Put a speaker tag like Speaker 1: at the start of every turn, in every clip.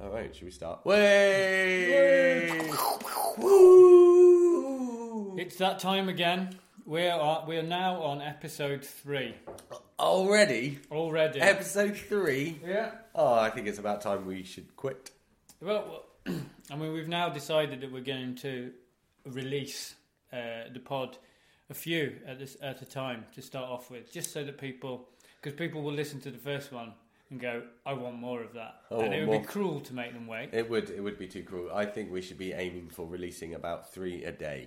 Speaker 1: All right, should we start? Way.
Speaker 2: It's that time again. We're on, we're now on episode three
Speaker 1: Already,
Speaker 2: already.
Speaker 1: episode three.
Speaker 2: yeah.
Speaker 1: Oh, I think it's about time we should quit.
Speaker 2: Well, I mean, we've now decided that we're going to release uh, the pod a few at this at a time to start off with, just so that people, because people will listen to the first one and go, "I want more of that,"
Speaker 1: I
Speaker 2: and
Speaker 1: want
Speaker 2: it would
Speaker 1: more.
Speaker 2: be cruel to make them wait.
Speaker 1: It would, it would be too cruel. I think we should be aiming for releasing about three a day.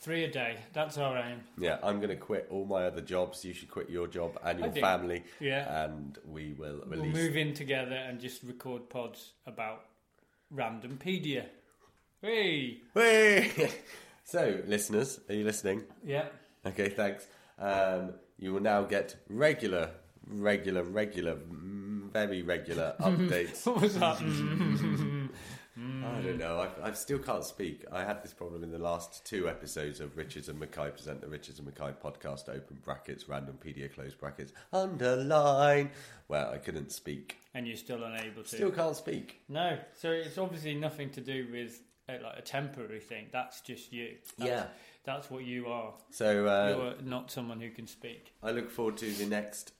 Speaker 2: Three a day. That's our aim.
Speaker 1: Yeah, I'm going to quit all my other jobs. You should quit your job and your
Speaker 2: do.
Speaker 1: family.
Speaker 2: Yeah.
Speaker 1: and we will release.
Speaker 2: We'll move in together and just record pods about randompedia. Hey.
Speaker 1: Way. so, listeners, are you listening?
Speaker 2: Yeah.
Speaker 1: Okay, thanks. Um, you will now get regular, regular, regular, mm, very regular updates.
Speaker 2: What was that? Mm.
Speaker 1: I don't know. I, I still can't speak. I had this problem in the last two episodes of Richards and Mackay present the Richards and Mackay podcast. Open brackets, random pedia, close brackets, underline. Well, I couldn't speak.
Speaker 2: and you're still unable to.
Speaker 1: Still can't speak.
Speaker 2: No, so it's obviously nothing to do with uh, like a temporary thing. That's just you. That's,
Speaker 1: Yeah.
Speaker 2: that's what you are.
Speaker 1: So uh,
Speaker 2: You're not someone who can speak.
Speaker 1: I look forward to the next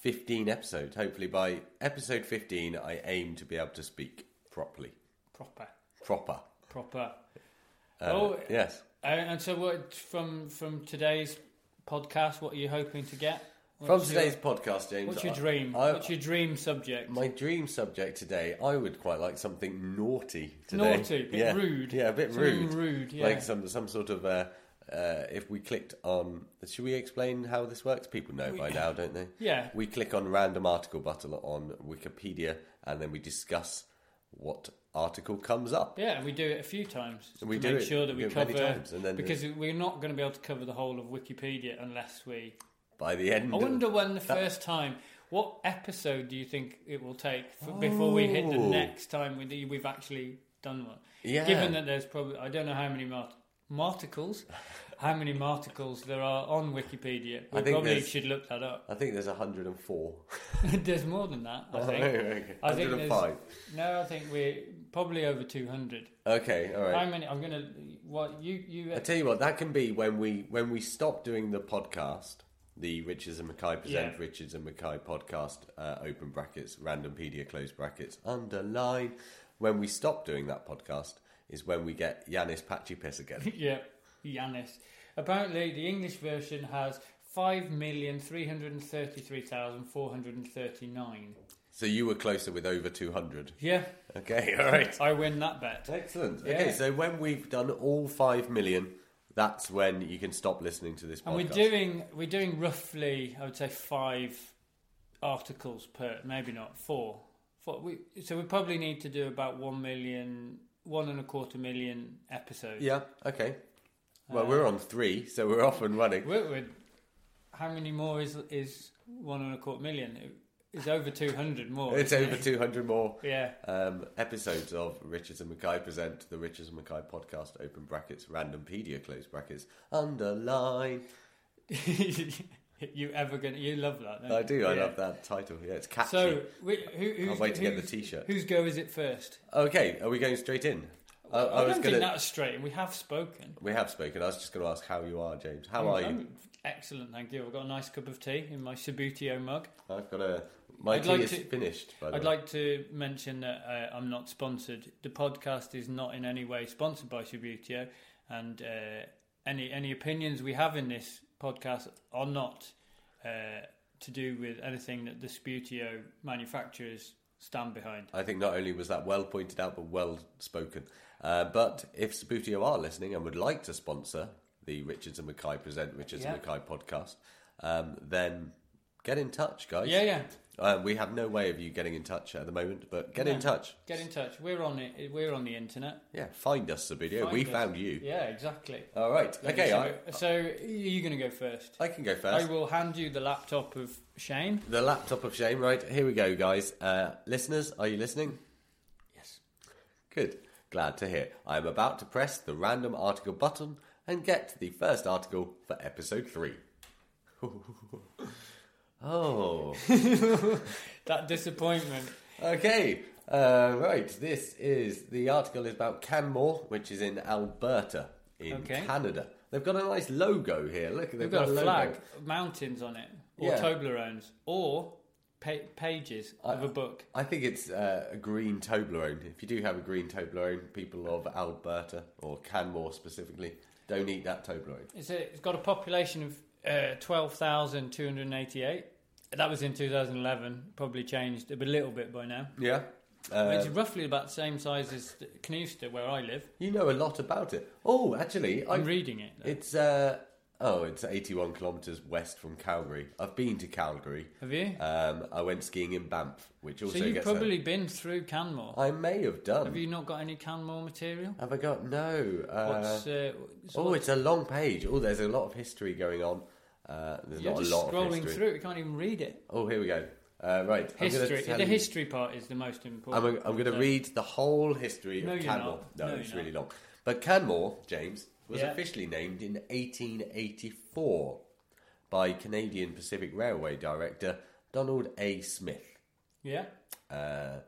Speaker 1: fifteen episodes. Hopefully, by episode fifteen, I aim to be able to speak properly,
Speaker 2: Proper,
Speaker 1: proper.
Speaker 2: proper.
Speaker 1: Uh,
Speaker 2: oh,
Speaker 1: yes.
Speaker 2: uh, and so what from from today's podcast? What are you hoping to get
Speaker 1: From
Speaker 2: What's
Speaker 1: today's
Speaker 2: Your,
Speaker 1: podcast, James.
Speaker 2: what's your
Speaker 1: I-
Speaker 2: dream?
Speaker 1: I-
Speaker 2: what's your dream subject?
Speaker 1: My dream subject today, I would quite like something naughty today.
Speaker 2: Naughty, bit
Speaker 1: yeah.
Speaker 2: rude.
Speaker 1: Yeah, a bit
Speaker 2: Something
Speaker 1: rude.
Speaker 2: rude, yeah.
Speaker 1: Like some some sort of. Uh, uh, if we clicked on, should we explain how this works? People know by now, don't they?
Speaker 2: Yeah.
Speaker 1: We click on random article button on Wikipedia, and then we discuss what article comes up.
Speaker 2: yeah, and we do it a few times
Speaker 1: We
Speaker 2: to
Speaker 1: do
Speaker 2: make
Speaker 1: it-
Speaker 2: sure that
Speaker 1: we do
Speaker 2: we
Speaker 1: it many
Speaker 2: cover
Speaker 1: times, and then-
Speaker 2: because we're not going to be able to cover the whole of Wikipedia unless we
Speaker 1: By the end,
Speaker 2: I wonder
Speaker 1: of
Speaker 2: when the
Speaker 1: that-
Speaker 2: first time. What episode do you think it will take f before we hit the
Speaker 1: Oh.
Speaker 2: next time we do, we've actually done one?
Speaker 1: Yeah.
Speaker 2: Given that there's probably I don't know how many mart- marticles, how many marticles there are on Wikipedia. We
Speaker 1: I think
Speaker 2: probably
Speaker 1: there's-
Speaker 2: should look that up.
Speaker 1: I think there's 104.
Speaker 2: there's more than that. I think.
Speaker 1: Oh, okay.
Speaker 2: I think there's-
Speaker 1: 105.
Speaker 2: No, I think we're probably over 200.
Speaker 1: Okay, all right.
Speaker 2: How many? I'm gonna. What you you?
Speaker 1: I tell you what, that can be when we when we stop doing the podcast, the Richards and Mackay present
Speaker 2: Yeah.
Speaker 1: Richards and Mackay podcast, uh, open brackets, randompedia, close brackets, underline. When we stop doing that podcast is when we get Yanis Pachipis again.
Speaker 2: Yeah, Yanis. Apparently, the English version has 5,333,439.
Speaker 1: so you were closer with over two hundred.
Speaker 2: Yeah,
Speaker 1: Okay, all right.
Speaker 2: I win that bet.
Speaker 1: Excellent.
Speaker 2: Yeah.
Speaker 1: Okay, so when we've done all five million, that's when you can stop listening to this podcast.
Speaker 2: And we're doing we're doing roughly, I would say, five articles per, maybe not four. four we, so we probably need to do about one million, one and a quarter million episodes.
Speaker 1: Yeah. Okay. Well, we're on three, so we're off and running.
Speaker 2: Uh, We're, we're, how many more is is one and a quarter million? It's over two hundred more.
Speaker 1: It's
Speaker 2: isn't
Speaker 1: over
Speaker 2: it?
Speaker 1: two hundred more.
Speaker 2: Yeah.
Speaker 1: um, episodes of Richards and Mackay present the Richards and Mackay podcast, open brackets, randompedia, close brackets, underline.
Speaker 2: you ever gonna you love that? don't
Speaker 1: I
Speaker 2: you?
Speaker 1: do. I
Speaker 2: Yeah.
Speaker 1: love that title. Yeah, it's catchy.
Speaker 2: So, we, who, who's,
Speaker 1: wait to get the
Speaker 2: who's-
Speaker 1: t-shirt.
Speaker 2: Whose go is it first?
Speaker 1: okay, are we going straight in? I, I
Speaker 2: I,
Speaker 1: was
Speaker 2: don't
Speaker 1: gonna.
Speaker 2: think that's straight. and We have spoken.
Speaker 1: We have spoken. I was just going to ask how you are, James. How are you?
Speaker 2: Mm, I'm excellent, thank you. I've got a nice cup of tea in my Sabutio mug.
Speaker 1: I've got a. My
Speaker 2: I'd
Speaker 1: tea
Speaker 2: like
Speaker 1: is
Speaker 2: to-
Speaker 1: finished. By the
Speaker 2: I'd
Speaker 1: way.
Speaker 2: like to mention that uh, I'm not sponsored. The podcast is not in any way sponsored by Subutio, and uh, any any opinions we have in this podcast are not uh, to do with anything that the Subutio manufacturers stand behind.
Speaker 1: I think not only was that well pointed out, but well spoken. Uh, but if Sabutio are listening and would like to sponsor the Richards and Mackay present Richards
Speaker 2: Yeah.
Speaker 1: and Mackay podcast, um, then get in touch, guys.
Speaker 2: Yeah, yeah.
Speaker 1: Uh, we have no way of you getting in touch at the moment, but get in touch.
Speaker 2: Get in touch. We're on it. We're on the internet.
Speaker 1: Yeah, find us, Sabutio. We
Speaker 2: Find us.
Speaker 1: found you.
Speaker 2: Yeah, exactly.
Speaker 1: All right. Okay, I,
Speaker 2: So, so you're going to go first.
Speaker 1: I can go
Speaker 2: I
Speaker 1: first.
Speaker 2: will hand you the laptop of Shane.
Speaker 1: The laptop of shame, right? Here we go, guys. Uh, listeners, are you listening?
Speaker 2: Yes.
Speaker 1: Good. Glad to hear. I am about to press the random article button and get the first article for episode three. oh.
Speaker 2: That disappointment.
Speaker 1: Okay. Uh, right. This is the article is about Canmore, which is in Alberta, in
Speaker 2: Okay.
Speaker 1: Canada. They've got a nice logo here. Look, they've,
Speaker 2: We've got, a
Speaker 1: logo.
Speaker 2: flag, mountains on it, or
Speaker 1: Yeah.
Speaker 2: Toblerones, or pa- pages of a book.
Speaker 1: I think it's uh, a green Toblerone. If you do have a green Toblerone, people of Alberta or Canmore specifically, don't eat that Toblerone.
Speaker 2: It's, a, it's got a population of uh, 12,288. That was in 2011, probably changed a bit- little bit by now.
Speaker 1: Yeah.
Speaker 2: But
Speaker 1: Uh, Um,
Speaker 2: it's roughly about the same size as the- Knewster, where I live.
Speaker 1: You know a lot about it. Oh, actually, I
Speaker 2: I'm reading it. though.
Speaker 1: It's uh oh, it's 81 kilometers west from Calgary. I've been to Calgary.
Speaker 2: Have you?
Speaker 1: Um, I went skiing in Banff, which also
Speaker 2: so you've
Speaker 1: gets
Speaker 2: probably been through Canmore.
Speaker 1: A, I may have done.
Speaker 2: Have you not got any Canmore material?
Speaker 1: Have I got no? Uh,
Speaker 2: What's, uh, so
Speaker 1: oh,
Speaker 2: what-
Speaker 1: it's a long page. Oh, there's a lot of history going on. Uh, there's
Speaker 2: you're
Speaker 1: not
Speaker 2: just
Speaker 1: a lot of
Speaker 2: scrolling
Speaker 1: history.
Speaker 2: through. We can't even read it.
Speaker 1: Oh, here we go. Uh, right, I'm gonna
Speaker 2: History.
Speaker 1: tell
Speaker 2: The
Speaker 1: you-
Speaker 2: history part is the most
Speaker 1: I'm,
Speaker 2: important.
Speaker 1: I'm going to
Speaker 2: So-
Speaker 1: read the whole history
Speaker 2: No,
Speaker 1: of
Speaker 2: you're
Speaker 1: Canmore.
Speaker 2: not.
Speaker 1: No,
Speaker 2: No,
Speaker 1: it's
Speaker 2: you're
Speaker 1: really
Speaker 2: not.
Speaker 1: long. But Canmore, James, was
Speaker 2: Yeah.
Speaker 1: officially named in 1884 by Canadian Pacific Railway director Donald A. Smith.
Speaker 2: Yeah.
Speaker 1: Uh,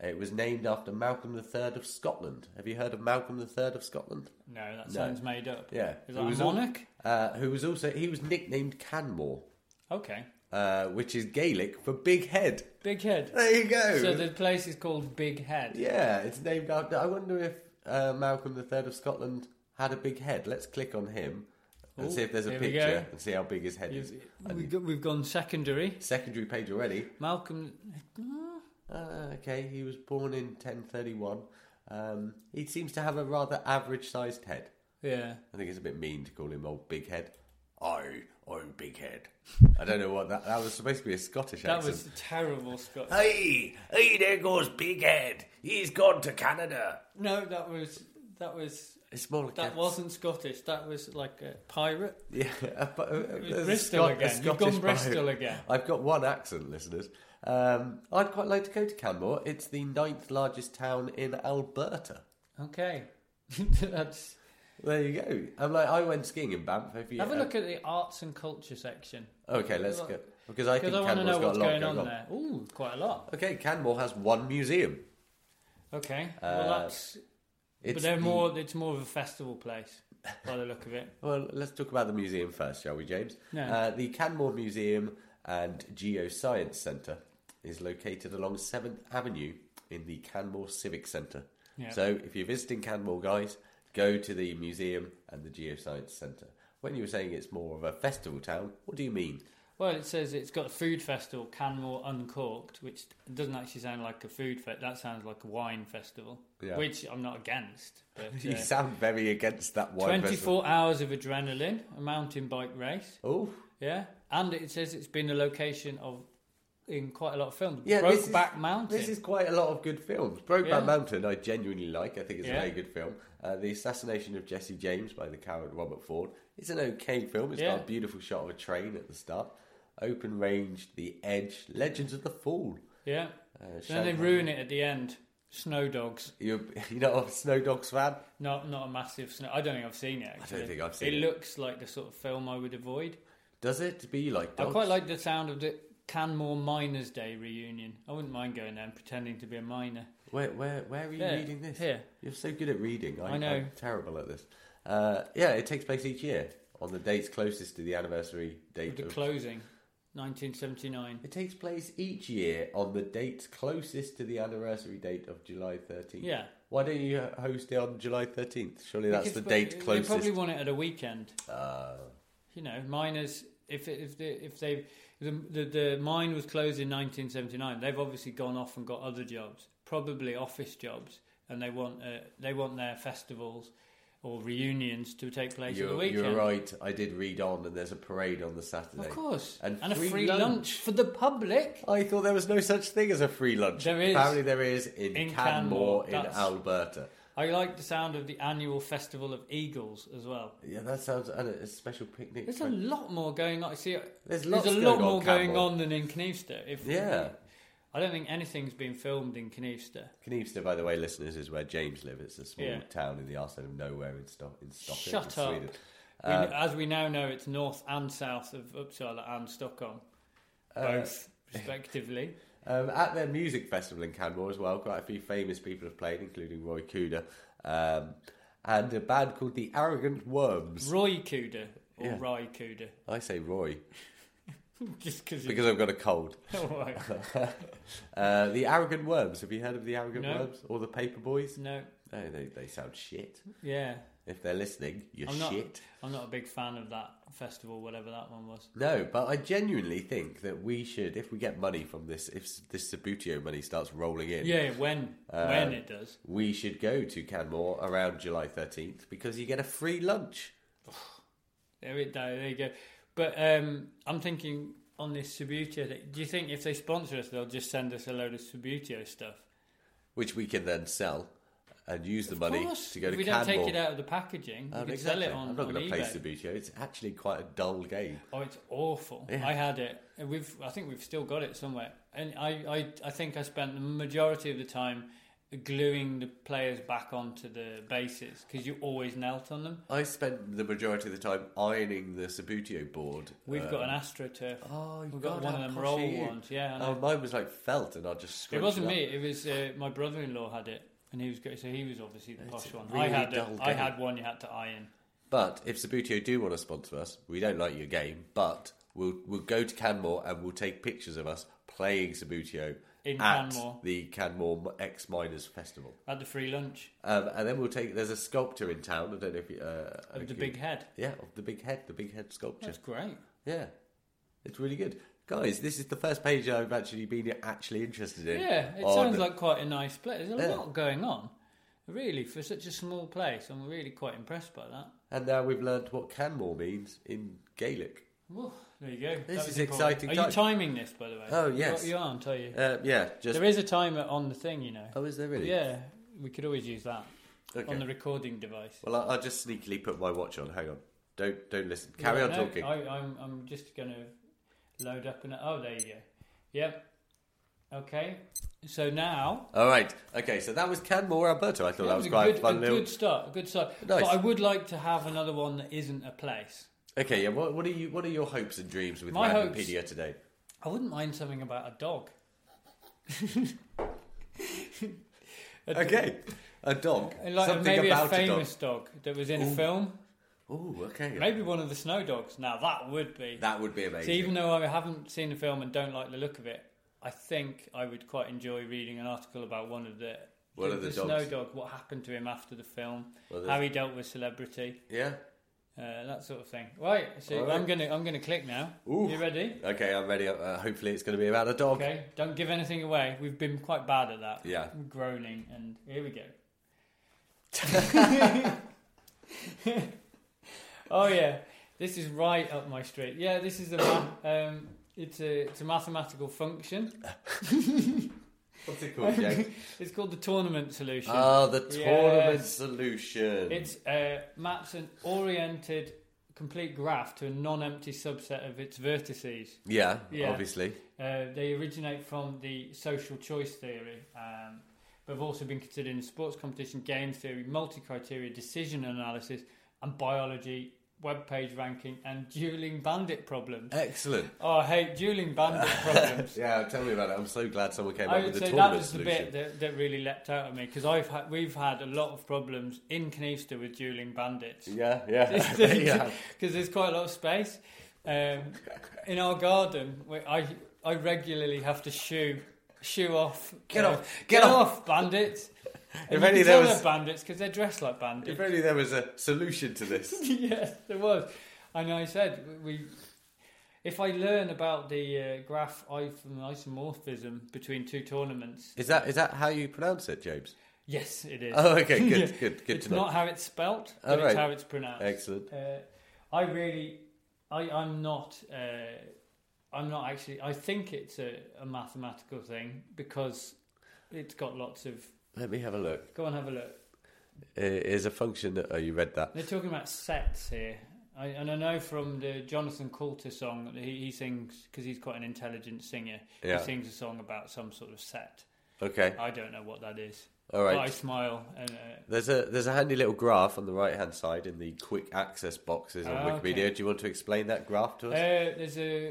Speaker 1: it was named after Malcolm III of Scotland. Have you heard of Malcolm III of Scotland?
Speaker 2: No, that sounds made up.
Speaker 1: Yeah.
Speaker 2: Is
Speaker 1: Who
Speaker 2: that a
Speaker 1: was al-
Speaker 2: monarch?
Speaker 1: Uh, who was also he was nicknamed Canmore,
Speaker 2: Okay.
Speaker 1: uh, which is Gaelic for big head.
Speaker 2: Big Head.
Speaker 1: There you go.
Speaker 2: So the place is called Big Head.
Speaker 1: Yeah, it's named after. I wonder if uh, Malcolm III of Scotland had a big head. Let's click on him and
Speaker 2: Ooh,
Speaker 1: see if there's a
Speaker 2: here we
Speaker 1: picture
Speaker 2: go.
Speaker 1: and see how big his head is.
Speaker 2: We go, we've gone secondary.
Speaker 1: Secondary page already.
Speaker 2: Malcolm.
Speaker 1: Uh, okay, he was born in 1031. Um, he seems to have a rather average sized head.
Speaker 2: Yeah.
Speaker 1: I think it's a bit mean to call him old big head. I, I'm big head. I don't know what that that was supposed to be a Scottish
Speaker 2: That
Speaker 1: accent.
Speaker 2: was terrible, Scott.
Speaker 1: Hey, hey, there goes Big Head. He's gone to Canada.
Speaker 2: No, that was that was
Speaker 1: It's more like
Speaker 2: that
Speaker 1: a-
Speaker 2: wasn't Scottish. That was like a pirate.
Speaker 1: Yeah, a, bu- a-
Speaker 2: was
Speaker 1: there's a
Speaker 2: Bristol
Speaker 1: Scot- a
Speaker 2: again. You've
Speaker 1: Scottish
Speaker 2: gone Bristol
Speaker 1: bio.
Speaker 2: again.
Speaker 1: I've got one accent, listeners. Um, I'd quite like to go to Canmore. It's the ninth largest town in Alberta.
Speaker 2: Okay. That's.
Speaker 1: There you go. I'm like, I went skiing in Banff. If you
Speaker 2: Have a look at the arts and culture section
Speaker 1: Okay, let's
Speaker 2: look.
Speaker 1: go because I think
Speaker 2: because I want to
Speaker 1: Canmore's
Speaker 2: know
Speaker 1: got
Speaker 2: what's
Speaker 1: a lot
Speaker 2: going on,
Speaker 1: on.
Speaker 2: there. Ooh, quite a lot.
Speaker 1: Okay, Canmore has one museum.
Speaker 2: Okay. well, that's.
Speaker 1: Uh, It's
Speaker 2: But they're
Speaker 1: the-
Speaker 2: more. It's more of a festival place, by the look of it.
Speaker 1: Well, let's talk about the museum first, shall we, James?
Speaker 2: No.
Speaker 1: Uh, the Canmore Museum and Geoscience Centre is located along 7th Avenue in the Canmore Civic Centre.
Speaker 2: Yeah.
Speaker 1: So if you're visiting Canmore, guys, go to the museum and the Geoscience Centre. When you were saying it's more of a festival town, what do you mean?
Speaker 2: Well, it says it's got a food festival, Canmore Uncorked, which doesn't actually sound like a food fest. That sounds like a wine festival,
Speaker 1: Yeah.
Speaker 2: which I'm not against. But
Speaker 1: You
Speaker 2: uh,
Speaker 1: sound very against that wine
Speaker 2: 24
Speaker 1: festival.
Speaker 2: hours of adrenaline, a mountain bike race.
Speaker 1: Oh,
Speaker 2: Yeah, and it says it's been the location of in quite a lot of films.
Speaker 1: yeah. this is-
Speaker 2: Brokeback Mountain.
Speaker 1: This is quite a lot of good films. Brokeback
Speaker 2: Yeah.
Speaker 1: Mountain, I genuinely like. I think it's a
Speaker 2: Yeah.
Speaker 1: very good film. Uh, the Assassination of Jesse James by the coward Robert Ford. It's an okay film. It's
Speaker 2: Yeah.
Speaker 1: got a beautiful shot of a train at the start. Open Range, The Edge, Legends of the Fall.
Speaker 2: yeah. then
Speaker 1: Shanghai.
Speaker 2: they ruin it at the end. Snow Dogs.
Speaker 1: You're, you're not a Snow Dogs fan?
Speaker 2: Not not a massive snow. I don't think I've seen it. Actually.
Speaker 1: think I've seen
Speaker 2: it.
Speaker 1: it.
Speaker 2: looks like the sort of film I would avoid.
Speaker 1: Does it be like?
Speaker 2: I
Speaker 1: Dogs?
Speaker 2: quite like the sound of the Canmore Miners' Day reunion. I wouldn't mind going there and pretending to be a miner.
Speaker 1: Where, where, where are you
Speaker 2: Here,
Speaker 1: reading this?
Speaker 2: here.
Speaker 1: You're so good at reading. I,
Speaker 2: I know.
Speaker 1: am terrible at this. Uh, yeah, it takes place each year on the dates closest to the anniversary date.
Speaker 2: With the
Speaker 1: of-
Speaker 2: closing, 1979.
Speaker 1: it takes place each year on the dates closest to the anniversary date of July 13th.
Speaker 2: Yeah.
Speaker 1: Why don't you uh, host it on July 13th? Surely that's
Speaker 2: Because
Speaker 1: the date
Speaker 2: they-
Speaker 1: closest.
Speaker 2: They probably want it at a weekend.
Speaker 1: Uh,
Speaker 2: You know, miners. If if they, if they the, the the mine was closed in 1979, they've obviously gone off and got other jobs, probably office jobs, and they want uh, they want their festivals or reunions to take place at the
Speaker 1: you're,
Speaker 2: weekend.
Speaker 1: you're right. I did read on, and there's a parade on the Saturday.
Speaker 2: Of course,
Speaker 1: and,
Speaker 2: a free lunch. for the public.
Speaker 1: I thought there was no such thing as a free lunch.
Speaker 2: There is.
Speaker 1: Apparently, there is in,
Speaker 2: In
Speaker 1: Canmore,
Speaker 2: Canmore,
Speaker 1: in
Speaker 2: that's-
Speaker 1: Alberta.
Speaker 2: I like the sound of the annual festival of eagles as well.
Speaker 1: Yeah, that sounds and a special picnic.
Speaker 2: There's a
Speaker 1: trip.
Speaker 2: lot more going on. See,
Speaker 1: There's
Speaker 2: there's,
Speaker 1: lots
Speaker 2: a lot
Speaker 1: going on,
Speaker 2: more going
Speaker 1: Campbell.
Speaker 2: on than in Knivsta. If
Speaker 1: Yeah.
Speaker 2: I don't think anything's been filmed in Knivsta.
Speaker 1: Knivsta, by the way, listeners, is where James lives. It's a small
Speaker 2: Yeah.
Speaker 1: town in the arsenal of nowhere in, Sto- in Stockholm,
Speaker 2: Shut
Speaker 1: in
Speaker 2: up.
Speaker 1: Sweden.
Speaker 2: We-
Speaker 1: Uh,
Speaker 2: as we now know, it's north and south of Uppsala and Stockholm,
Speaker 1: uh,
Speaker 2: both respectively.
Speaker 1: Um, at their music festival in Canmore as well, quite a few famous people have played, including Roy Cooder um, and a band called the Arrogant Worms.
Speaker 2: Roy Cooder or
Speaker 1: Yeah.
Speaker 2: Rye Cooder,
Speaker 1: I say Roy
Speaker 2: just cause
Speaker 1: because I've got a cold.
Speaker 2: it's all right.
Speaker 1: Uh, the Arrogant Worms. Have you heard of the Arrogant
Speaker 2: No.
Speaker 1: Worms or the Paper Boys?
Speaker 2: No,
Speaker 1: No, they, they sound shit.
Speaker 2: yeah,
Speaker 1: If they're listening, you're
Speaker 2: I'm not.
Speaker 1: shit.
Speaker 2: I'm not a big fan of that festival, whatever that one was.
Speaker 1: No, but I genuinely think that we should, if we get money from this, if this Sabutio money starts rolling in,
Speaker 2: Yeah, when
Speaker 1: Uh,
Speaker 2: when it does.
Speaker 1: we should go to Canmore around July 13th because you get a free lunch.
Speaker 2: There it there, there you go. But um, I'm thinking on this Subutia. thing, Do you think if they sponsor us, they'll just send us a load of Subutio stuff?
Speaker 1: which we can then sell and use the
Speaker 2: Of
Speaker 1: money
Speaker 2: course,
Speaker 1: to go
Speaker 2: if
Speaker 1: to
Speaker 2: we
Speaker 1: Canmore.
Speaker 2: don't take it out of the packaging, we
Speaker 1: Um,
Speaker 2: can
Speaker 1: exactly.
Speaker 2: sell it on,
Speaker 1: I'm not
Speaker 2: on
Speaker 1: going
Speaker 2: eBay.
Speaker 1: to play Sabutio. It's actually quite a dull game.
Speaker 2: Oh, it's awful. I had it. And We've, I think we've still got it somewhere. And I, I, I think I spent the majority of the time gluing the players back onto the bases because you always knelt on them.
Speaker 1: I spent the majority of the time ironing the Sabutio board.
Speaker 2: We've
Speaker 1: Uh,
Speaker 2: got an AstroTurf.
Speaker 1: Oh,
Speaker 2: We've
Speaker 1: you've
Speaker 2: got one of
Speaker 1: how
Speaker 2: them
Speaker 1: posh
Speaker 2: roll
Speaker 1: are you?
Speaker 2: ones. Yeah, I know.
Speaker 1: Oh, mine was like felt, and I just
Speaker 2: It
Speaker 1: scrunched
Speaker 2: wasn't
Speaker 1: up.
Speaker 2: me. It was uh, my brother-in-law had it, and he was go- so he was obviously the posh
Speaker 1: a
Speaker 2: one.
Speaker 1: really
Speaker 2: I had
Speaker 1: dull
Speaker 2: a, I
Speaker 1: game.
Speaker 2: had one. You had to iron.
Speaker 1: But if Sabutio do want to sponsor us, we don't like your game, but we'll we'll go to Canmore and we'll take pictures of us playing Sabutio
Speaker 2: In
Speaker 1: at
Speaker 2: Canmore.
Speaker 1: the Canmore X Miners Festival.
Speaker 2: Had the free lunch
Speaker 1: Um, and then we'll take. There's a sculptor in town. I don't know if you. Uh,
Speaker 2: of the
Speaker 1: if
Speaker 2: big
Speaker 1: you-
Speaker 2: head.
Speaker 1: Yeah, of the big head, the big head sculpture.
Speaker 2: That's great.
Speaker 1: Yeah, it's really good, guys. This is the first page I've actually been actually interested in.
Speaker 2: Yeah, it
Speaker 1: on-
Speaker 2: sounds like quite a nice place. There's a
Speaker 1: Yeah.
Speaker 2: lot going on, really, for such a small place. I'm really quite impressed by that.
Speaker 1: And now we've learned what Canmore means in Gaelic.
Speaker 2: Woo, there you go.
Speaker 1: This
Speaker 2: That was
Speaker 1: is
Speaker 2: important.
Speaker 1: exciting
Speaker 2: Are
Speaker 1: time.
Speaker 2: you timing this, by the way?
Speaker 1: Oh,
Speaker 2: You've
Speaker 1: yes.
Speaker 2: got your arm, tell you.
Speaker 1: Uh, yeah, just.
Speaker 2: there is a timer on the thing, you know.
Speaker 1: Oh, is there really?
Speaker 2: Yeah, we could always use that
Speaker 1: Okay.
Speaker 2: on the recording device.
Speaker 1: Well, I'll, I'll just sneakily put my watch on. Hang on. Don't don't listen. Carry
Speaker 2: Yeah,
Speaker 1: on
Speaker 2: no,
Speaker 1: talking.
Speaker 2: I, I'm, I'm just going to load up and. Oh, there you go. Yep. Okay. So now.
Speaker 1: All right. Okay. So that was Canmore, Alberta. I thought that, was,
Speaker 2: a
Speaker 1: quite
Speaker 2: good,
Speaker 1: a fun
Speaker 2: a
Speaker 1: little.
Speaker 2: good start. A good start.
Speaker 1: Nice.
Speaker 2: But I would like to have another one that isn't a place.
Speaker 1: Okay. Yeah. What, what are you? What are your hopes and dreams with
Speaker 2: My hopes-
Speaker 1: Randompedia today?
Speaker 2: I wouldn't mind something about a dog.
Speaker 1: Okay. A dog.
Speaker 2: Like
Speaker 1: Something
Speaker 2: maybe
Speaker 1: about
Speaker 2: a famous dog. that was in a film.
Speaker 1: dog. Ooh. Okay.
Speaker 2: Maybe one of the snow dogs. Now that would be.
Speaker 1: That would be
Speaker 2: so
Speaker 1: amazing.
Speaker 2: even though I haven't seen the film and don't like the look of it, I think I would quite enjoy reading an article about one of the
Speaker 1: One of the
Speaker 2: snow
Speaker 1: dogs.
Speaker 2: dog. What happened to him after the film?
Speaker 1: Well, there's-
Speaker 2: how he dealt with celebrity,
Speaker 1: Yeah.
Speaker 2: uh, that sort of thing. Right. So
Speaker 1: All right.
Speaker 2: I'm gonna I'm gonna click now.
Speaker 1: Ooh.
Speaker 2: You ready?
Speaker 1: Okay, I'm ready. Uh, hopefully, it's going to be about a dog.
Speaker 2: Okay. Don't give anything away. We've been quite bad at that.
Speaker 1: Yeah.
Speaker 2: Groaning and here we go. oh yeah, this is right up my street. Yeah, this is a ma- um, it's a it's a mathematical function.
Speaker 1: What's it called, James?
Speaker 2: It's called the tournament solution.
Speaker 1: Ah, the
Speaker 2: Yes.
Speaker 1: tournament solution.
Speaker 2: It's uh, maps an oriented complete graph to a non-empty subset of its vertices.
Speaker 1: yeah,
Speaker 2: Yeah.
Speaker 1: obviously.
Speaker 2: Uh, they originate from the social choice theory, um, but have also been considered in sports competition, game theory, multi criteria decision analysis, and biology, web page ranking and dueling bandit problems.
Speaker 1: Excellent.
Speaker 2: Oh, I hate dueling bandit problems.
Speaker 1: Uh, Yeah, tell me about it. I'm so glad someone came
Speaker 2: I
Speaker 1: up
Speaker 2: would
Speaker 1: with a
Speaker 2: say
Speaker 1: tournament
Speaker 2: that was the
Speaker 1: solution.
Speaker 2: bit that, that really leapt out at me because I've had, we've had a lot of problems in Kniester with dueling bandits.
Speaker 1: Yeah, yeah, yeah.
Speaker 2: because there's quite a lot of space. Um, in our garden, we, I I regularly have to shoo shoo off.
Speaker 1: Get
Speaker 2: uh,
Speaker 1: off, get off.
Speaker 2: bandits!
Speaker 1: If
Speaker 2: If
Speaker 1: only
Speaker 2: any
Speaker 1: there
Speaker 2: there
Speaker 1: was-
Speaker 2: they're bandits because they're dressed like bandits.
Speaker 1: If only there was a solution to this.
Speaker 2: yes, there was. And I said we. If I learn about the uh, graph isom- isomorphism between two tournaments,
Speaker 1: Is that is that how you pronounce it, James?
Speaker 2: yes, it is.
Speaker 1: Oh, okay, good,
Speaker 2: Yeah.
Speaker 1: good, good
Speaker 2: It's
Speaker 1: to know.
Speaker 2: not how it's spelt,
Speaker 1: Oh,
Speaker 2: but
Speaker 1: right.
Speaker 2: it's how it's pronounced.
Speaker 1: Excellent.
Speaker 2: Uh, I really, I, I'm not, uh, I'm not actually. I think it's a, a mathematical thing because it's got lots of.
Speaker 1: Let me have a look.
Speaker 2: Go and have a look.
Speaker 1: It is a function that oh, you read that.
Speaker 2: They're talking about sets here, I, and I know from the Jonathan Coulter song that he, he sings because he's quite an intelligent singer.
Speaker 1: Yeah.
Speaker 2: He sings a song about some sort of set.
Speaker 1: Okay,
Speaker 2: I don't know what that is.
Speaker 1: all
Speaker 2: But I
Speaker 1: right.
Speaker 2: smile and. Uh,
Speaker 1: There's a there's a handy little graph on the right hand side in the quick access boxes on
Speaker 2: Ah, okay.
Speaker 1: Wikipedia. Do you want to explain that graph to us?
Speaker 2: Uh, there's a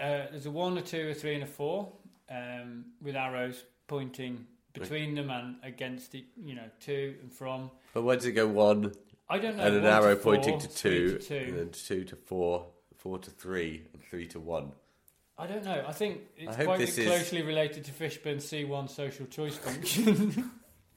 Speaker 2: uh, there's a one, a two, a three, and a four, um, with arrows pointing between them and against the you know to and from.
Speaker 1: but where does it go? One
Speaker 2: I don't know.
Speaker 1: and an
Speaker 2: uh, one
Speaker 1: arrow
Speaker 2: to four,
Speaker 1: pointing to two,
Speaker 2: three to two.
Speaker 1: and then two to four, four to three, and three to one.
Speaker 2: I don't know. I think it's
Speaker 1: hope
Speaker 2: quite
Speaker 1: this is-
Speaker 2: closely related to Fishburne C1 social choice function.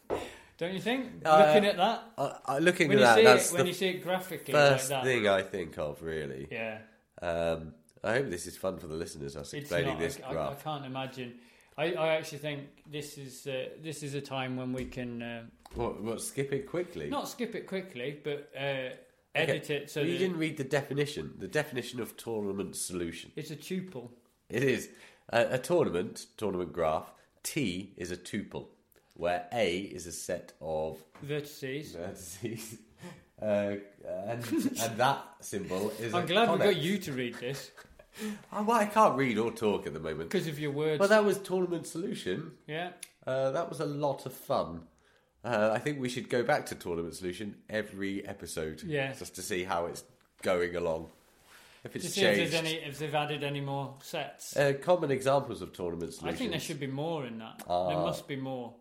Speaker 2: don't you think?
Speaker 1: Uh,
Speaker 2: Looking at that,
Speaker 1: I, I, looking at
Speaker 2: when you
Speaker 1: that,
Speaker 2: see
Speaker 1: that's
Speaker 2: it, when
Speaker 1: the
Speaker 2: you see it graphically like
Speaker 1: first
Speaker 2: that,
Speaker 1: thing I think of, really.
Speaker 2: yeah,
Speaker 1: Um, I hope this is fun for the listeners. Us
Speaker 2: it's
Speaker 1: explaining
Speaker 2: not.
Speaker 1: this
Speaker 2: I, I, I
Speaker 1: graph.
Speaker 2: can't imagine. I, I actually think this is uh, this is a time when we can. Uh,
Speaker 1: What, what? Skip it quickly.
Speaker 2: Not skip it quickly, but uh, edit
Speaker 1: Okay.
Speaker 2: it so
Speaker 1: Well, you
Speaker 2: that
Speaker 1: didn't read the definition. The definition of tournament solution.
Speaker 2: it's a tuple.
Speaker 1: It is a, a tournament tournament graph. T is a tuple, where A is a set of
Speaker 2: Vertices.
Speaker 1: vertices, uh, and, and that symbol is.
Speaker 2: I'm
Speaker 1: a
Speaker 2: glad we
Speaker 1: comet.
Speaker 2: got you to read this
Speaker 1: Oh, well, I can't read or talk at the moment.
Speaker 2: because of your words.
Speaker 1: Well, that was tournament solution.
Speaker 2: yeah.
Speaker 1: Uh, that was a lot of fun. Uh, I think we should go back to Tournament Solution every episode,
Speaker 2: Yeah.
Speaker 1: just to see how it's going along. If it's
Speaker 2: Just see if
Speaker 1: changed,
Speaker 2: there's any if they've added any more sets.
Speaker 1: uh, common examples of Tournament
Speaker 2: I
Speaker 1: Solution.
Speaker 2: think there should be more in that.
Speaker 1: Ah.
Speaker 2: There must be more.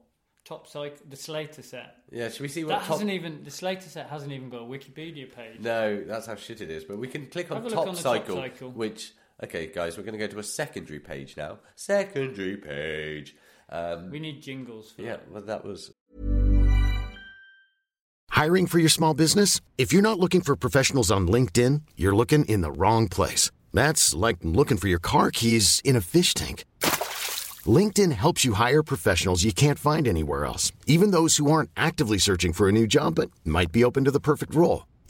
Speaker 2: Top psych the Slater set.
Speaker 1: Yeah, should we see what
Speaker 2: That
Speaker 1: top?
Speaker 2: hasn't even the Slater set hasn't even got a Wikipedia page.
Speaker 1: No, that's how shit it is. But we can click on
Speaker 2: Have a look
Speaker 1: top
Speaker 2: on the top
Speaker 1: cycle,
Speaker 2: cycle.
Speaker 1: which okay, guys, we're going to go to a secondary page now. Secondary page. Um,
Speaker 2: We need jingles for
Speaker 1: yeah,
Speaker 2: that.
Speaker 1: well, that was
Speaker 3: Hiring for your small business? If you're not looking for professionals on LinkedIn, you're looking in the wrong place. That's like looking for your car keys in a fish tank. LinkedIn helps you hire professionals you can't find anywhere else, even those who aren't actively searching for a new job but might be open to the perfect role.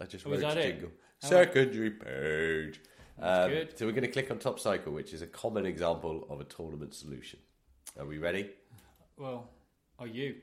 Speaker 1: I just
Speaker 2: Oh,
Speaker 1: wrote
Speaker 2: was
Speaker 1: a
Speaker 2: that it?
Speaker 1: jingle.
Speaker 2: Oh.
Speaker 1: Secondary page. Um,
Speaker 2: good.
Speaker 1: so we're going to click on top cycle, which is a common example of a tournament solution. Are we ready?
Speaker 2: Well, are you?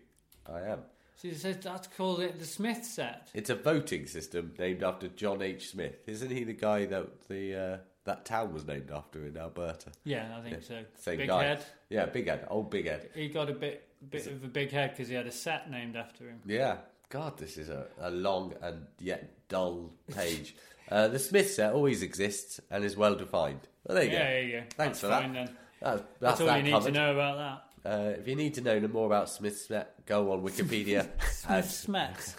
Speaker 1: I am.
Speaker 2: See, it says that's called it the Smith set.
Speaker 1: It's a voting system named after John H. Smith. Isn't he the guy that the uh, that town was named after in Alberta?
Speaker 2: Yeah, I think so.
Speaker 1: Same
Speaker 2: Big
Speaker 1: guy.
Speaker 2: head.
Speaker 1: Yeah, Big Head. Old Big Head.
Speaker 2: He got a bit bit of a big head because he had a set named after him.
Speaker 1: Yeah, God, this is a, a long and yet dull page. Uh, the Smith set always exists and is well defined. Well, there you
Speaker 2: Yeah,
Speaker 1: go.
Speaker 2: there you go.
Speaker 1: Thanks
Speaker 2: That's
Speaker 1: for
Speaker 2: fine
Speaker 1: that.
Speaker 2: then.
Speaker 1: That's, that's,
Speaker 2: That's all
Speaker 1: that
Speaker 2: you need
Speaker 1: covered.
Speaker 2: to know about that.
Speaker 1: Uh, if you need to know more about Smith set, go on Wikipedia.
Speaker 2: I've
Speaker 1: And
Speaker 2: smacked.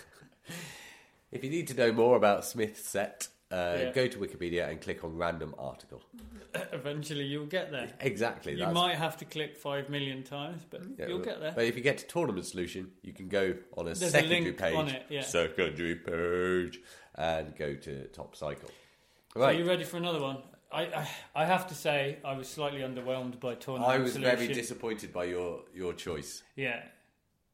Speaker 1: if you need to know more about Smith set, uh,
Speaker 2: Yeah.
Speaker 1: go to Wikipedia and click on random article.
Speaker 2: Eventually, you'll get there.
Speaker 1: Exactly.
Speaker 2: You
Speaker 1: that's-
Speaker 2: might have to click five million times, but
Speaker 1: Yeah,
Speaker 2: you'll
Speaker 1: but-
Speaker 2: get there.
Speaker 1: But if you get to tournament solution, you can go on a
Speaker 2: a
Speaker 1: secondary
Speaker 2: link
Speaker 1: page,
Speaker 2: on it, yeah.
Speaker 1: secondary page, and go to top cycle.
Speaker 2: Are you
Speaker 1: Right.
Speaker 2: ready for another one? I, I, I have to say, I was slightly underwhelmed by tournament.
Speaker 1: I was very
Speaker 2: solution.
Speaker 1: disappointed by your your choice.
Speaker 2: Yeah,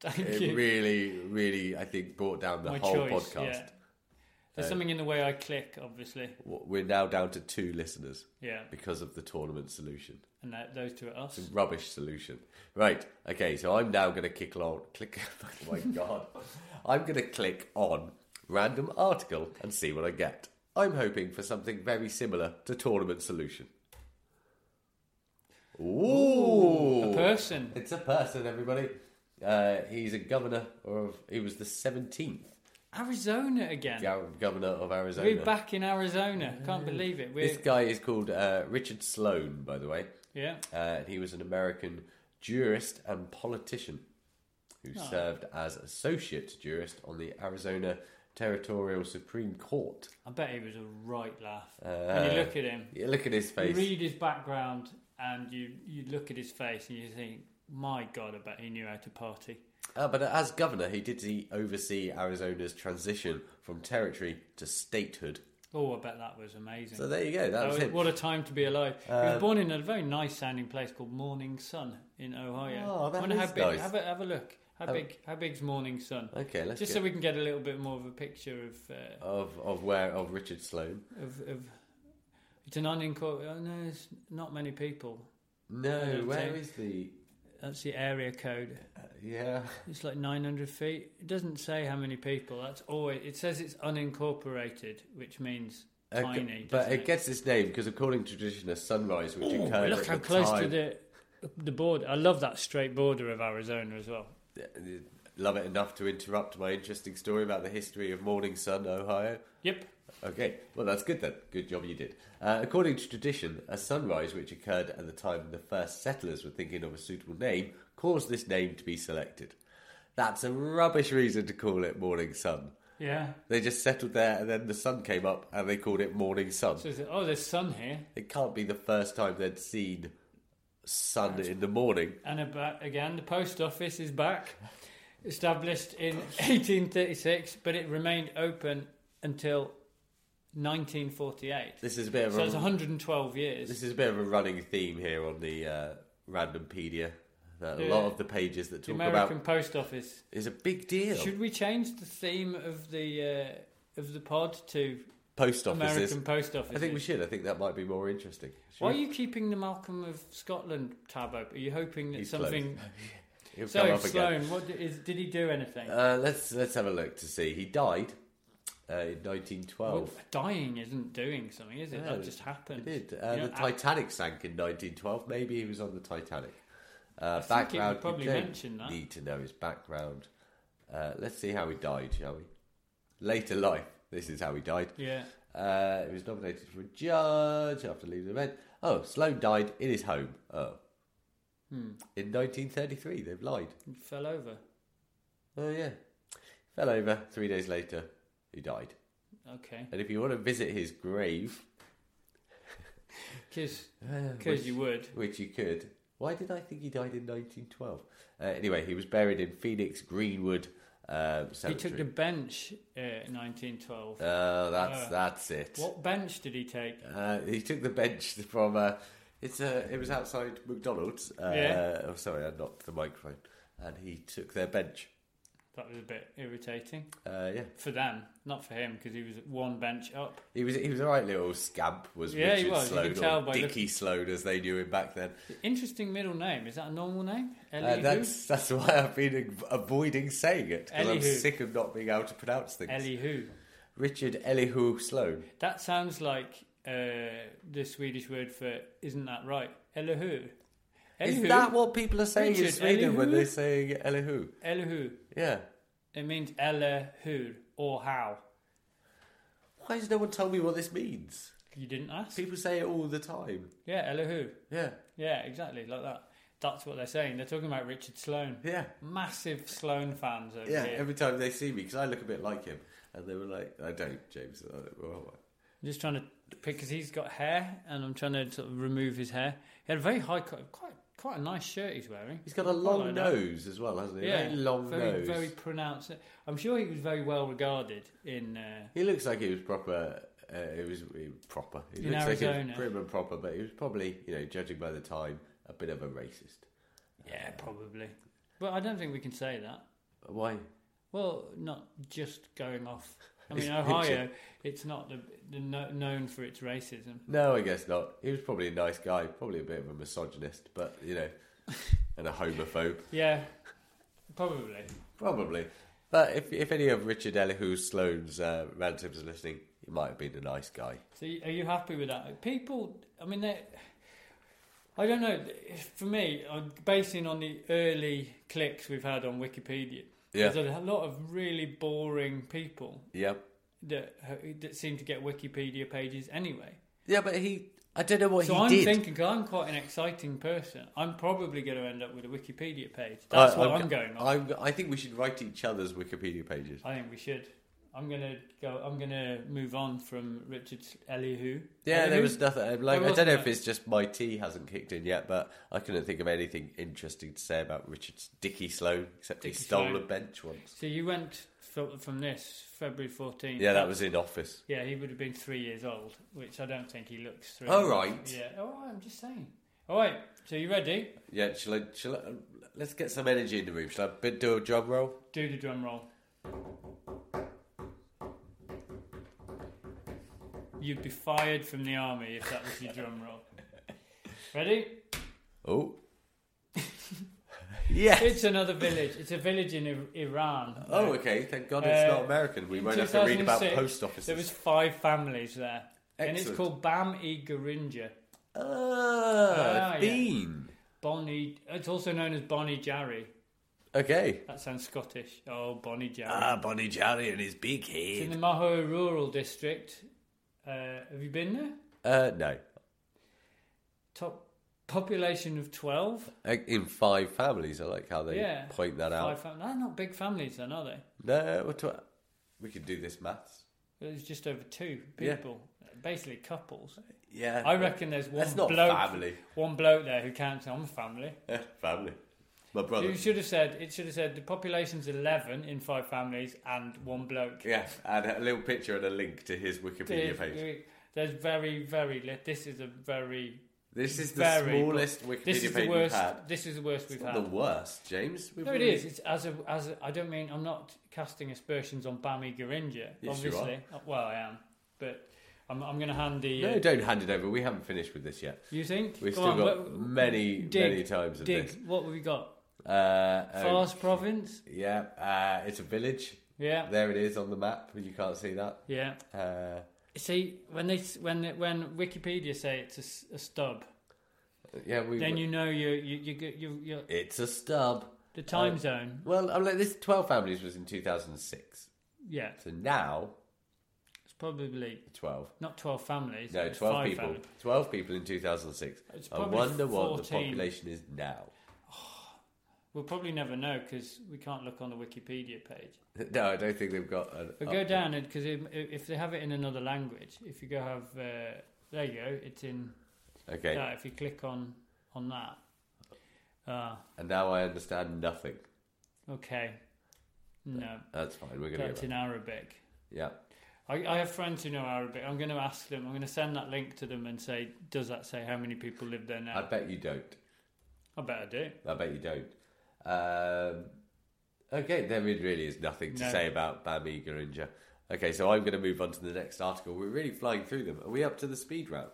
Speaker 2: thank
Speaker 1: It
Speaker 2: you.
Speaker 1: really, really, I think, brought down the
Speaker 2: My
Speaker 1: whole
Speaker 2: choice.
Speaker 1: podcast.
Speaker 2: Yeah. There's something in the way I click, obviously.
Speaker 1: W- We're now down to two listeners
Speaker 2: Yeah,
Speaker 1: because of the tournament solution,
Speaker 2: and that, those two are us.
Speaker 1: rubbish solution. Right. Okay. So I'm now going to kick on. Click. oh my God. I'm going to click on random article and see what I get. I'm hoping for something very similar to tournament solution. Ooh.
Speaker 2: A person.
Speaker 1: It's a person, everybody. Uh, he's a governor of. He was the seventeenth
Speaker 2: Arizona again.
Speaker 1: governor of Arizona.
Speaker 2: We're back in Arizona. Can't believe it. We're,
Speaker 1: This guy is called uh, Richard Sloan, by the way.
Speaker 2: yeah.
Speaker 1: Uh, and he was an American jurist and politician who
Speaker 2: Oh.
Speaker 1: served as associate jurist on the Arizona Territorial Supreme Court.
Speaker 2: I bet he was a right laugh. when you
Speaker 1: Uh,
Speaker 2: look at him,
Speaker 1: Yeah, look at his
Speaker 2: you
Speaker 1: face.
Speaker 2: read his background, and you, you look at his face, and you think, my God, I bet he knew how to party.
Speaker 1: Uh, but as governor, he did see- oversee Arizona's transition from territory to statehood.
Speaker 2: Oh, I bet that was amazing.
Speaker 1: So there you go. That was
Speaker 2: Oh,
Speaker 1: him. Uh,
Speaker 2: What a time to be alive. he was born in a very nice sounding place called Morning Sun in Ohio.
Speaker 1: Oh, that
Speaker 2: Wonder how
Speaker 1: is
Speaker 2: big,
Speaker 1: nice.
Speaker 2: Have a, have a look. How big How big's Morning Sun?
Speaker 1: Okay, let's
Speaker 2: Just
Speaker 1: get-
Speaker 2: so we can get a little bit more of a picture of. Uh,
Speaker 1: of of where of Richard Sloan.
Speaker 2: of, of it's an unincorporated. Oh, no, it's not many people.
Speaker 1: No,
Speaker 2: don't
Speaker 1: where
Speaker 2: think-
Speaker 1: is the?
Speaker 2: That's the area code.
Speaker 1: Yeah,
Speaker 2: It's like 900 feet. It doesn't say how many people. That's always. It says it's unincorporated, which means
Speaker 1: Uh,
Speaker 2: tiny.
Speaker 1: but
Speaker 2: doesn't
Speaker 1: it gets its name because according to tradition, a sunrise which
Speaker 2: Ooh,
Speaker 1: occurred
Speaker 2: look
Speaker 1: at
Speaker 2: how
Speaker 1: the
Speaker 2: close to
Speaker 1: time-
Speaker 2: the the border. I love that straight border of Arizona as well.
Speaker 1: Love it enough to interrupt my interesting story about the history of Morning Sun, Ohio.
Speaker 2: Yep.
Speaker 1: Okay, well, that's good then. Good job you did. Uh, according to tradition, a sunrise which occurred at the time the first settlers were thinking of a suitable name caused this name to be selected. That's a rubbish reason to call it Morning Sun.
Speaker 2: Yeah.
Speaker 1: They just settled there and then the sun came up and they called it Morning Sun.
Speaker 2: So is it, oh, there's sun here,
Speaker 1: It can't be the first time they'd seen sun in the morning.
Speaker 2: and about, again the post office is back, established in 1836, but it remained open until 1948.
Speaker 1: This is a bit of
Speaker 2: So
Speaker 1: a
Speaker 2: it's 112 years.
Speaker 1: this is a bit of a running theme here on the uh, Randompedia. That a
Speaker 2: Yeah.
Speaker 1: lot of the pages that
Speaker 2: the
Speaker 1: talk
Speaker 2: American
Speaker 1: about
Speaker 2: post office.
Speaker 1: is a big deal.
Speaker 2: Should we change the theme of the uh, of the pod to
Speaker 1: Post offices.
Speaker 2: American post office?
Speaker 1: I think we should. I think that might be more interesting. Should
Speaker 2: Why are
Speaker 1: we?
Speaker 2: you keeping the Malcolm of Scotland tab open? Are you hoping that
Speaker 1: He's
Speaker 2: something?
Speaker 1: It'll come
Speaker 2: So
Speaker 1: up again.
Speaker 2: Sloan, what did, is, did he do anything?
Speaker 1: Uh, let's let's have a look to see. He died uh, in 1912.
Speaker 2: Dying isn't doing something, is it?
Speaker 1: No,
Speaker 2: that just happened.
Speaker 1: He did. Uh,
Speaker 2: You know,
Speaker 1: the
Speaker 2: I-
Speaker 1: Titanic sank in 1912. Maybe he was on the Titanic. Uh,
Speaker 2: think it would
Speaker 1: background. you
Speaker 2: probably
Speaker 1: don't
Speaker 2: mention that.
Speaker 1: Need to know his background. Uh, let's see how he died, shall we? Later life. This is how he died.
Speaker 2: Yeah.
Speaker 1: Uh, he was nominated for a judge after leaving the event. Oh, Sloan died in his home. Oh.
Speaker 2: Hmm.
Speaker 1: In 1933, they've lied.
Speaker 2: he fell over.
Speaker 1: Oh, yeah. Fell over. Three days later, he died.
Speaker 2: Okay.
Speaker 1: And if you want to visit his grave,
Speaker 2: Because
Speaker 1: which-
Speaker 2: you would.
Speaker 1: which you could. Why did I think he died in 1912? Uh, anyway, he was buried in Phoenix Greenwood um,
Speaker 2: He took the
Speaker 1: Cemetery.
Speaker 2: bench uh, 1912.
Speaker 1: Oh, that's
Speaker 2: Uh,
Speaker 1: that's it.
Speaker 2: what bench did he take?
Speaker 1: Uh, he took the bench from. Uh, it's uh, it was outside McDonald's. Uh,
Speaker 2: Yeah.
Speaker 1: Oh, sorry, I knocked the microphone, and he took their bench.
Speaker 2: That was a bit irritating
Speaker 1: Uh, yeah,
Speaker 2: for them, not for him, because he was one bench up.
Speaker 1: he was he was a right little scamp. Was
Speaker 2: Yeah, he
Speaker 1: Richard
Speaker 2: was. You
Speaker 1: Sloan
Speaker 2: could tell
Speaker 1: or
Speaker 2: by
Speaker 1: Dickie Sloan as they knew him back then?
Speaker 2: Interesting middle name. Is that a normal name? Elihu.
Speaker 1: Uh, that's that's why I've been av- avoiding saying it because I'm
Speaker 2: Elihu.
Speaker 1: sick of not being able to pronounce things.
Speaker 2: Elihu.
Speaker 1: Richard Elihu Sloan.
Speaker 2: That sounds like uh, the Swedish word for isn't that right? Elihu.
Speaker 1: Is
Speaker 2: Elihu.
Speaker 1: that what people are saying in
Speaker 2: Richard
Speaker 1: Sweden when
Speaker 2: Elihu?
Speaker 1: they're saying Elihu?
Speaker 2: Elihu.
Speaker 1: Yeah.
Speaker 2: It means eller hur or how.
Speaker 1: Why has no one told me what this means?
Speaker 2: You didn't ask.
Speaker 1: People say it all the time.
Speaker 2: Yeah, eller who.
Speaker 1: Yeah,
Speaker 2: Yeah, exactly like that. That's what they're saying. They're talking about Richard Sloan.
Speaker 1: yeah,
Speaker 2: Massive Sloan fans over
Speaker 1: yeah.
Speaker 2: here.
Speaker 1: Every time they see me, because I look a bit like him, and they were like, "I don't, James." I don't, well,
Speaker 2: I'm just trying to pick because he's got hair, and I'm trying to sort of remove his hair. He had a very high cut, quite quite a nice shirt he's wearing.
Speaker 1: he's got a long
Speaker 2: like that.
Speaker 1: nose as well, hasn't he?
Speaker 2: Yeah,
Speaker 1: Very long
Speaker 2: very,
Speaker 1: nose.
Speaker 2: Very pronounced. I'm sure he was very well regarded in. Uh,
Speaker 1: He looks like he was proper. Uh, it was he, was proper. He
Speaker 2: In
Speaker 1: looks like he
Speaker 2: Arizona.
Speaker 1: was prim and proper, but he was probably, you know, judging by the time, a bit of a racist.
Speaker 2: yeah, probably. But I don't think we can say that.
Speaker 1: Why?
Speaker 2: Well, not just going off. I
Speaker 1: It's
Speaker 2: mean, Ohio,
Speaker 1: Richard.
Speaker 2: it's not the, the no, known for its racism.
Speaker 1: No, I guess not. He was probably a nice guy, probably a bit of a misogynist, but you know, and a homophobe,
Speaker 2: Yeah, probably.
Speaker 1: probably. But if if any of Richard Elihu Sloane's uh, ransoms are listening, he might have been a nice guy.
Speaker 2: So, you- are you happy with that? People, I mean, they. I don't know. For me, I'm basing on the early clicks we've had on Wikipedia.
Speaker 1: Yeah.
Speaker 2: There's a lot of really boring people
Speaker 1: Yeah,
Speaker 2: that uh, that seem to get Wikipedia pages anyway.
Speaker 1: yeah, but he. I don't know what
Speaker 2: So
Speaker 1: he
Speaker 2: I'm
Speaker 1: did.
Speaker 2: thinking, because I'm quite an exciting person, I'm probably going to end up with a Wikipedia page. That's
Speaker 1: I-
Speaker 2: what I'm, going on.
Speaker 1: Uh, I'm, I think we should write each other's Wikipedia pages.
Speaker 2: I think we should. I'm gonna go. I'm gonna move on from Richard Elihu.
Speaker 1: Yeah,
Speaker 2: Elihu?
Speaker 1: there was nothing. um, Like,
Speaker 2: There
Speaker 1: I don't know
Speaker 2: wasn't
Speaker 1: if it's just my tea hasn't kicked in yet, but I couldn't think of anything interesting to say about Richard Dicky Sloan, except he
Speaker 2: Dickie
Speaker 1: stole
Speaker 2: Sloan.
Speaker 1: a bench once.
Speaker 2: So you went fro- from this February 14th.
Speaker 1: Yeah, that was in office.
Speaker 2: Yeah, he would have been three years old, which I don't think he looks three.
Speaker 1: All Oh, right.
Speaker 2: Yeah. All right. I'm just saying. All right. So you ready?
Speaker 1: Yeah, shall I, shall I, let's get some energy in the room. Shall I bid- do a drum roll?
Speaker 2: Do the drum roll. You'd be fired from the army if that was your drum roll. Ready?
Speaker 1: Oh. yes.
Speaker 2: It's another village. It's a village in I- Iran.
Speaker 1: oh, okay. Thank God it's
Speaker 2: Uh,
Speaker 1: not American. We
Speaker 2: In
Speaker 1: won't have to read about
Speaker 2: 2006,
Speaker 1: post offices.
Speaker 2: There was five families there, and it's
Speaker 1: Excellent.
Speaker 2: called Bam e Garinja.
Speaker 1: Ah,
Speaker 2: Ah, yeah.
Speaker 1: bean.
Speaker 2: Bonnie. It's also known as Bonnie Jarry.
Speaker 1: Okay.
Speaker 2: That sounds Scottish. Oh, Bonnie Jarry.
Speaker 1: Ah, Bonnie Jarry and his big
Speaker 2: it's in
Speaker 1: head.
Speaker 2: the Maho Rural District. Uh, have you been there?
Speaker 1: Uh, no.
Speaker 2: Top population of twelve.
Speaker 1: Uh, In five families, I like how they
Speaker 2: yeah,
Speaker 1: point that out.
Speaker 2: Five fam- they're not big families, then, are they?
Speaker 1: No, what do I- we could do this maths.
Speaker 2: There's just over two
Speaker 1: Yeah.
Speaker 2: people, basically couples.
Speaker 1: Yeah,
Speaker 2: I reckon there's one
Speaker 1: That's not
Speaker 2: bloke,
Speaker 1: family.
Speaker 2: one bloke there who counts. I'm a family.
Speaker 1: family. My brother.
Speaker 2: You should have said it. Should have said the population's eleven in five families and one bloke.
Speaker 1: Yeah, and a little picture and a link to his Wikipedia page.
Speaker 2: There's- There's very, very. li- This is a very.
Speaker 1: This is the
Speaker 2: very,
Speaker 1: smallest Wikipedia
Speaker 2: this is
Speaker 1: page
Speaker 2: the worst,
Speaker 1: we've had.
Speaker 2: This is the worst we've
Speaker 1: Not
Speaker 2: had.
Speaker 1: the worst, James. We've
Speaker 2: No, it
Speaker 1: really-
Speaker 2: is. It's as a as a, I don't mean I'm not casting aspersions on Bami Garinja.
Speaker 1: Yes, you are.
Speaker 2: obviously, Uh, well I am, but I'm I'm going to hand the. uh,
Speaker 1: No, don't hand it over. We haven't finished with this yet.
Speaker 2: you think
Speaker 1: We've
Speaker 2: Go
Speaker 1: still
Speaker 2: on,
Speaker 1: got
Speaker 2: wh-
Speaker 1: many,
Speaker 2: dig,
Speaker 1: many times of
Speaker 2: dig.
Speaker 1: this.
Speaker 2: What have we got?
Speaker 1: Uh, oh,
Speaker 2: Fars province.
Speaker 1: Yeah, uh, it's a village.
Speaker 2: Yeah.
Speaker 1: There it is on the map, but you can't see that.
Speaker 2: Yeah.
Speaker 1: Uh,
Speaker 2: See when they s- when they- when Wikipedia say it's a s- a, stub,
Speaker 1: yeah, we.
Speaker 2: then you know you you you you you you're,
Speaker 1: It's a stub.
Speaker 2: the time
Speaker 1: Um,
Speaker 2: zone.
Speaker 1: Well, I'm like this. Twelve families was in 2006.
Speaker 2: Yeah,
Speaker 1: So now
Speaker 2: it's probably
Speaker 1: 12.
Speaker 2: not twelve families.
Speaker 1: No,
Speaker 2: it's
Speaker 1: 12
Speaker 2: five
Speaker 1: people.
Speaker 2: families.
Speaker 1: 12 people in 2006.
Speaker 2: It's
Speaker 1: I
Speaker 2: probably
Speaker 1: wonder what the
Speaker 2: 14.
Speaker 1: population is now.
Speaker 2: We'll probably never know because we can't look on the Wikipedia page.
Speaker 1: No, I don't think they've got. An
Speaker 2: But go down it because if, if they have it in another language, if you go have uh, there you go, it's in.
Speaker 1: Okay.
Speaker 2: that. if you click on on that, ah,
Speaker 1: And now I understand nothing.
Speaker 2: okay, no,
Speaker 1: That's fine. We're going
Speaker 2: that's
Speaker 1: to.
Speaker 2: in Arabic.
Speaker 1: Yeah.
Speaker 2: I, I have friends who know Arabic. I'm going to ask them. I'm going to send that link to them and say, does that say how many people live there now?
Speaker 1: I bet you don't.
Speaker 2: I bet I do.
Speaker 1: I bet you don't. Um, okay, there it really is nothing to
Speaker 2: No.
Speaker 1: say about Bami Garinja. Okay, so I'm going to move on to the next article. We're really flying through them. Are we up to the speed round?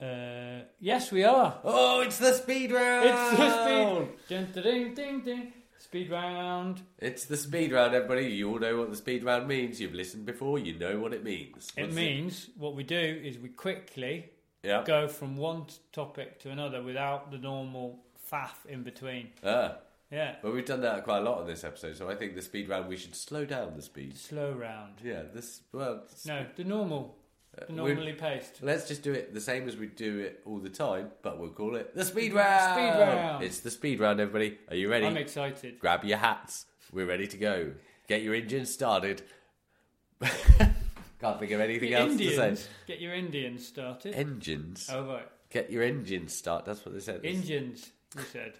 Speaker 2: Uh, yes, we are.
Speaker 1: Oh, it's the speed round!
Speaker 2: It's the speed. Dun, dun, dun, dun, dun. Speed round.
Speaker 1: It's the speed round, everybody. You all know what the speed round means. You've listened before. You know what it means.
Speaker 2: It
Speaker 1: What's
Speaker 2: means what we do is we quickly
Speaker 1: Yeah.
Speaker 2: go from one t- topic to another without the normal faff in between.
Speaker 1: Ah,
Speaker 2: Yeah.
Speaker 1: But we've done that quite a lot on this episode, so I think the speed round we should slow down the speed.
Speaker 2: Slow round.
Speaker 1: Yeah, this well, s-
Speaker 2: No, the normal. The
Speaker 1: Uh, we-
Speaker 2: normally paced.
Speaker 1: Let's just do it the same as we do it all the time, but we'll call it the speed round.
Speaker 2: Speed round.
Speaker 1: It's the speed round, everybody. Are you ready?
Speaker 2: I'm excited.
Speaker 1: Grab your hats. We're ready to go. Get your engine started. Can't think of anything
Speaker 2: Get
Speaker 1: else to
Speaker 2: Indians.
Speaker 1: say.
Speaker 2: Get your Indians started.
Speaker 1: Engines.
Speaker 2: oh, right.
Speaker 1: Get your engine start. That's what they said.
Speaker 2: Indians, you said.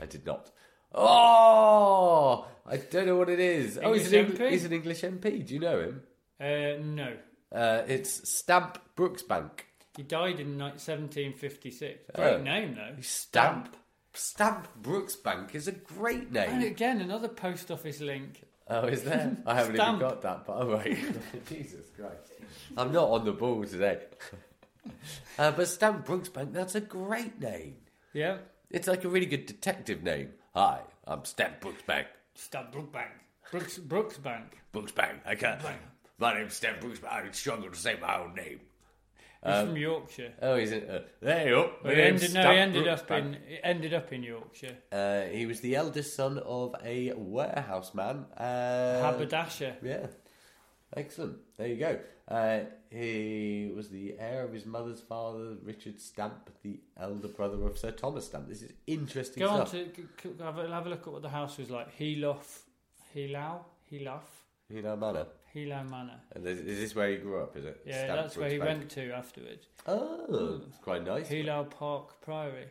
Speaker 1: I did not. Oh, I don't know what it is. oh, he's an,
Speaker 2: English
Speaker 1: Eng-
Speaker 2: MP?
Speaker 1: he's an English MP. Do you know him?
Speaker 2: Uh, no.
Speaker 1: Uh, it's Stamp Brooksbank.
Speaker 2: He died in ni- 1756. Great
Speaker 1: Oh.
Speaker 2: name, though.
Speaker 1: Stamp. Stamp Brooksbank is a great
Speaker 2: And
Speaker 1: name.
Speaker 2: again, another post office link.
Speaker 1: Oh, is there? I haven't
Speaker 2: Stamp.
Speaker 1: even got that, but oh, right. Jesus Christ. I'm not on the ball today. uh, but Stamp Brooksbank, that's a great name.
Speaker 2: Yeah.
Speaker 1: It's like a really good detective name. Hi, I'm Stamp Brooksbank.
Speaker 2: Stab Brookbank. Brooks, Brooksbank.
Speaker 1: Brooksbank. I can't. My name's Stamp Brooksbank. I struggle to say my own name.
Speaker 2: He's from Yorkshire.
Speaker 1: Oh, is it? Uh, there you go. My
Speaker 2: Well, he
Speaker 1: name's
Speaker 2: ended, no, he
Speaker 1: Stamp
Speaker 2: ended up
Speaker 1: Brooksbank.
Speaker 2: in he ended up in Yorkshire.
Speaker 1: Uh, he was the eldest son of a warehouse man. Uh,
Speaker 2: Haberdasher.
Speaker 1: Yeah. Excellent. There you go. Uh, he was the heir of his mother's father, Richard Stamp, the elder brother of Sir Thomas Stamp. This is interesting
Speaker 2: Go on
Speaker 1: stuff.
Speaker 2: to g- g- have a, have a look at what the house was like. Helof, Helau, Helof,
Speaker 1: You know, manor.
Speaker 2: Helau Manor.
Speaker 1: And is, is this where he grew up? Is it?
Speaker 2: Yeah,
Speaker 1: Stamp
Speaker 2: that's where he
Speaker 1: Brooksbank?
Speaker 2: went to afterwards.
Speaker 1: Oh, it's quite nice.
Speaker 2: Helau Park Priory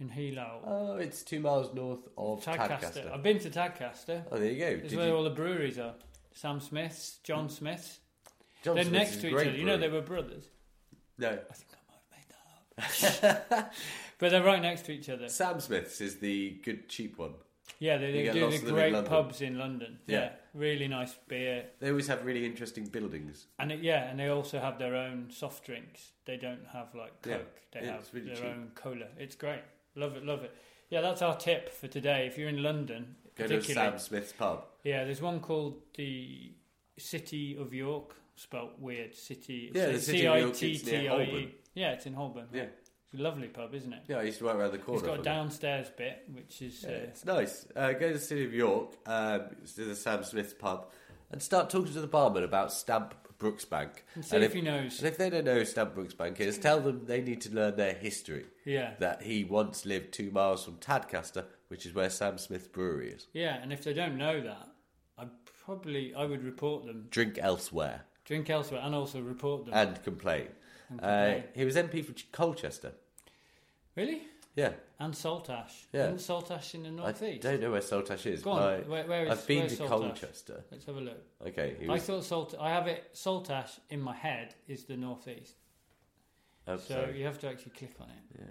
Speaker 2: in Helau.
Speaker 1: Oh, it's two miles north of
Speaker 2: Tadcaster.
Speaker 1: Tadcaster.
Speaker 2: I've been to Tadcaster.
Speaker 1: Oh, there you go. Did
Speaker 2: It's where
Speaker 1: you- Hmm.
Speaker 2: all the breweries are. Sam Smith's, John Smith's.
Speaker 1: John
Speaker 2: They're
Speaker 1: Smith's
Speaker 2: next
Speaker 1: is
Speaker 2: to
Speaker 1: a
Speaker 2: each
Speaker 1: great
Speaker 2: other. You know they
Speaker 1: brewery.
Speaker 2: were brothers.
Speaker 1: No,
Speaker 2: I think I might have made that up. but they're right next to each other.
Speaker 1: Sam Smith's is the good cheap one.
Speaker 2: Yeah, they,
Speaker 1: You
Speaker 2: they
Speaker 1: get
Speaker 2: do
Speaker 1: lots
Speaker 2: the
Speaker 1: of them in
Speaker 2: great
Speaker 1: London.
Speaker 2: pubs in London. Yeah.
Speaker 1: Yeah.
Speaker 2: really nice beer,
Speaker 1: They always have really interesting buildings.
Speaker 2: and it, yeah, and they also have their own soft drinks. They don't have like
Speaker 1: Yeah,
Speaker 2: Coke. They
Speaker 1: yeah,
Speaker 2: have
Speaker 1: it's really
Speaker 2: their
Speaker 1: cheap.
Speaker 2: own cola. It's great. Love it, love it. Yeah, that's our tip for today. If you're in London,
Speaker 1: Go to
Speaker 2: particularly,
Speaker 1: Sam Smith's pub.
Speaker 2: yeah, there's one called the City of York, spelt weird. City,
Speaker 1: Yeah, the City of York, it's near
Speaker 2: C-I-T-T-I-E.
Speaker 1: Holborn.
Speaker 2: Yeah, it's in Holborn.
Speaker 1: Yeah.
Speaker 2: it's a lovely pub, isn't it?
Speaker 1: Yeah, I used to work around the corner.
Speaker 2: it's got a
Speaker 1: from it.
Speaker 2: downstairs bit, which is
Speaker 1: Yeah,
Speaker 2: uh,
Speaker 1: it's nice. Uh, go to the City of York, um, to the Sam Smith's pub, and start talking to the barman about Stamp Brooksbank. And
Speaker 2: see if he knows.
Speaker 1: And if they don't know who Stamp Brooksbank is, tell them they need to learn their history.
Speaker 2: Yeah.
Speaker 1: That he once lived two miles from Tadcaster, which is where Sam Smith's brewery is.
Speaker 2: Yeah, and if they don't know that, I probably I would report them,
Speaker 1: Drink elsewhere
Speaker 2: drink elsewhere, and also report them.
Speaker 1: and complain. Uh,
Speaker 2: complain.
Speaker 1: he was MP for Ch- Colchester.
Speaker 2: really?
Speaker 1: Yeah.
Speaker 2: And Saltash.
Speaker 1: Yeah.
Speaker 2: And Saltash in the
Speaker 1: I
Speaker 2: northeast.
Speaker 1: don't know where Saltash is.
Speaker 2: Oh, Go on,
Speaker 1: but I-
Speaker 2: where- where is-
Speaker 1: I've been
Speaker 2: where's
Speaker 1: to
Speaker 2: Saltash?
Speaker 1: Colchester.
Speaker 2: Let's have a look.
Speaker 1: Okay. He
Speaker 2: I
Speaker 1: was,
Speaker 2: thought Salt. I have it. Saltash in my head is the northeast,
Speaker 1: oh,
Speaker 2: so
Speaker 1: sorry.
Speaker 2: you have to actually click on it. Yeah.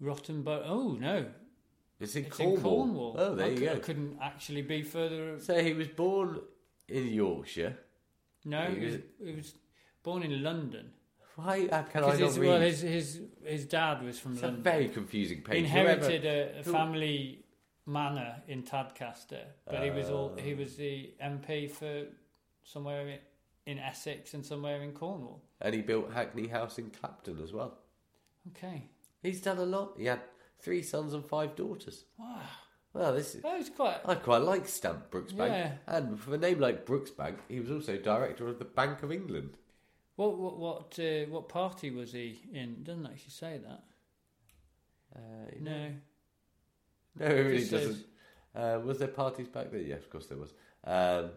Speaker 2: Rotten Bow. Oh no,
Speaker 1: It's in
Speaker 2: it's
Speaker 1: Cornwall.
Speaker 2: in Cornwall.
Speaker 1: Oh, there
Speaker 2: I,
Speaker 1: you
Speaker 2: cou-
Speaker 1: go.
Speaker 2: I couldn't actually be further.
Speaker 1: So he was born in Yorkshire.
Speaker 2: No,
Speaker 1: He
Speaker 2: it was,
Speaker 1: was-
Speaker 2: it was born in London.
Speaker 1: Why uh, can I
Speaker 2: Because
Speaker 1: not
Speaker 2: his,
Speaker 1: read?
Speaker 2: well, his his his dad was from
Speaker 1: it's a
Speaker 2: London.
Speaker 1: very confusing page.
Speaker 2: inherited
Speaker 1: Whoever-
Speaker 2: a, a
Speaker 1: who-
Speaker 2: family manor in Tadcaster, but he was all
Speaker 1: Oh.
Speaker 2: he was the MP for somewhere in, in Essex and somewhere in Cornwall.
Speaker 1: and he built Hackney House in Clapton as well.
Speaker 2: Okay,
Speaker 1: He's done a lot. He had three sons and five daughters.
Speaker 2: wow,
Speaker 1: Well, this is.
Speaker 2: that was quite.
Speaker 1: I quite like Stamp Brooksbank,
Speaker 2: Yeah.
Speaker 1: and for a name like Brooksbank, he was also director of the Bank of England.
Speaker 2: What what what uh, what party was he in? Doesn't actually say that.
Speaker 1: Uh,
Speaker 2: No,
Speaker 1: no, it really
Speaker 2: Just says-
Speaker 1: doesn't. Uh, was there parties back then? Yeah, of course there was. Um,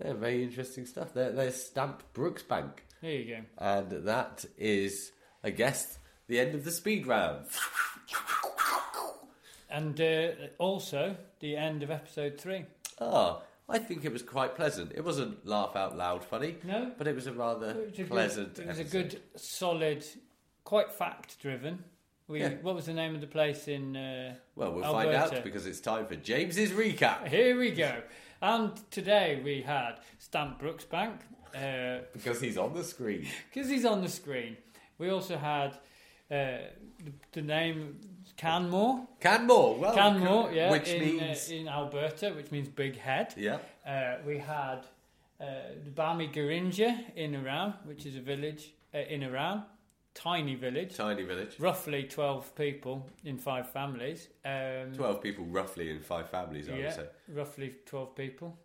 Speaker 1: yeah, very interesting stuff. There, there's Stamp Brooksbank.
Speaker 2: there you go.
Speaker 1: And that is, I guess, the end of the speed round.
Speaker 2: And uh, also the end of episode three.
Speaker 1: Ah, I think it was quite pleasant. It wasn't laugh out loud funny.
Speaker 2: No.
Speaker 1: But it was a rather
Speaker 2: It was a
Speaker 1: pleasant
Speaker 2: Good, it was a
Speaker 1: episode.
Speaker 2: good, solid, quite fact driven. We,
Speaker 1: Yeah.
Speaker 2: What was the name of the place in? Uh,
Speaker 1: Well, we'll find
Speaker 2: Alberta?
Speaker 1: out because it's time for James's recap.
Speaker 2: Here we go. And today we had Stamp Brooks Bank because
Speaker 1: Because he's on the screen.
Speaker 2: he's on the screen. We also had uh, the, the name Canmore.
Speaker 1: Canmore, well.
Speaker 2: Canmore, yeah,
Speaker 1: Oh, Which
Speaker 2: in,
Speaker 1: means.
Speaker 2: uh, in Alberta, which means big head.
Speaker 1: yeah.
Speaker 2: Uh, we had uh, the Bami Garinja in Iran, which is a village uh, in Iran. tiny village,
Speaker 1: Tiny village.
Speaker 2: roughly 12 people in five families. Um,
Speaker 1: 12 people roughly in five families, I
Speaker 2: yeah,
Speaker 1: would say.
Speaker 2: roughly 12 people,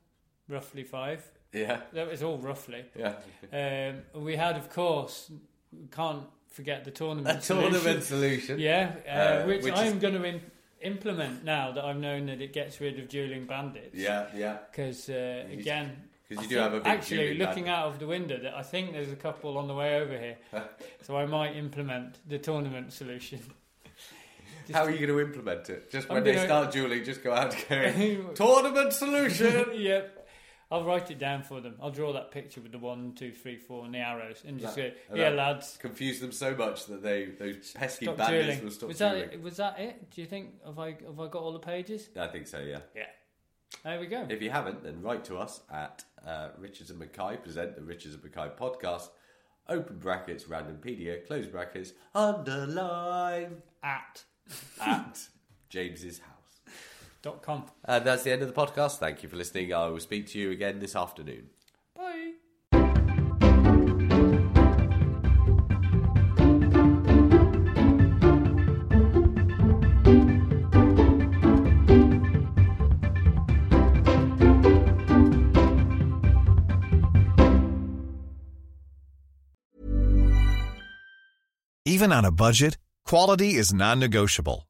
Speaker 2: roughly five.
Speaker 1: Yeah.
Speaker 2: That was all roughly.
Speaker 1: Yeah.
Speaker 2: Um, we had, of course, can't forget the tournament.
Speaker 1: A tournament
Speaker 2: solution.
Speaker 1: solution.
Speaker 2: Yeah, uh,
Speaker 1: Uh,
Speaker 2: which,
Speaker 1: which is-
Speaker 2: I'm going to in- implement now that I've known that it gets rid of dueling bandits.
Speaker 1: Yeah, yeah.
Speaker 2: Because uh, again,
Speaker 1: 'Cause
Speaker 2: I
Speaker 1: you do
Speaker 2: think-
Speaker 1: have a big
Speaker 2: actually
Speaker 1: dueling
Speaker 2: looking
Speaker 1: bandit.
Speaker 2: out of the window. That I think there's a couple on the way over here, so I might implement the tournament solution.
Speaker 1: How are you going to implement it? Just
Speaker 2: I'm
Speaker 1: when they
Speaker 2: gonna-
Speaker 1: start dueling, just go out going, tournament solution!
Speaker 2: yep. I'll write it down for them. I'll draw that picture with the one, two, three, four, and the arrows, and just
Speaker 1: That-
Speaker 2: go,
Speaker 1: and
Speaker 2: "Yeah,
Speaker 1: that
Speaker 2: lads,
Speaker 1: Confuse them so much that they those pesky
Speaker 2: stop
Speaker 1: bandits
Speaker 2: dueling."
Speaker 1: will stop
Speaker 2: was that
Speaker 1: dueling.
Speaker 2: it? was that it? Do you think have I have I got all the pages?
Speaker 1: I think so, yeah.
Speaker 2: Yeah. There we go.
Speaker 1: If you haven't, then write to us at uh, Richards and Mackay, present the Richards and Mackay podcast, open brackets, randompedia, close brackets, underline
Speaker 2: At
Speaker 1: at James's house.
Speaker 2: dot com.
Speaker 1: And that's the end of the podcast. Thank you for listening. I will speak to you again this afternoon.
Speaker 2: Bye.
Speaker 3: Even on a budget, quality is non-negotiable.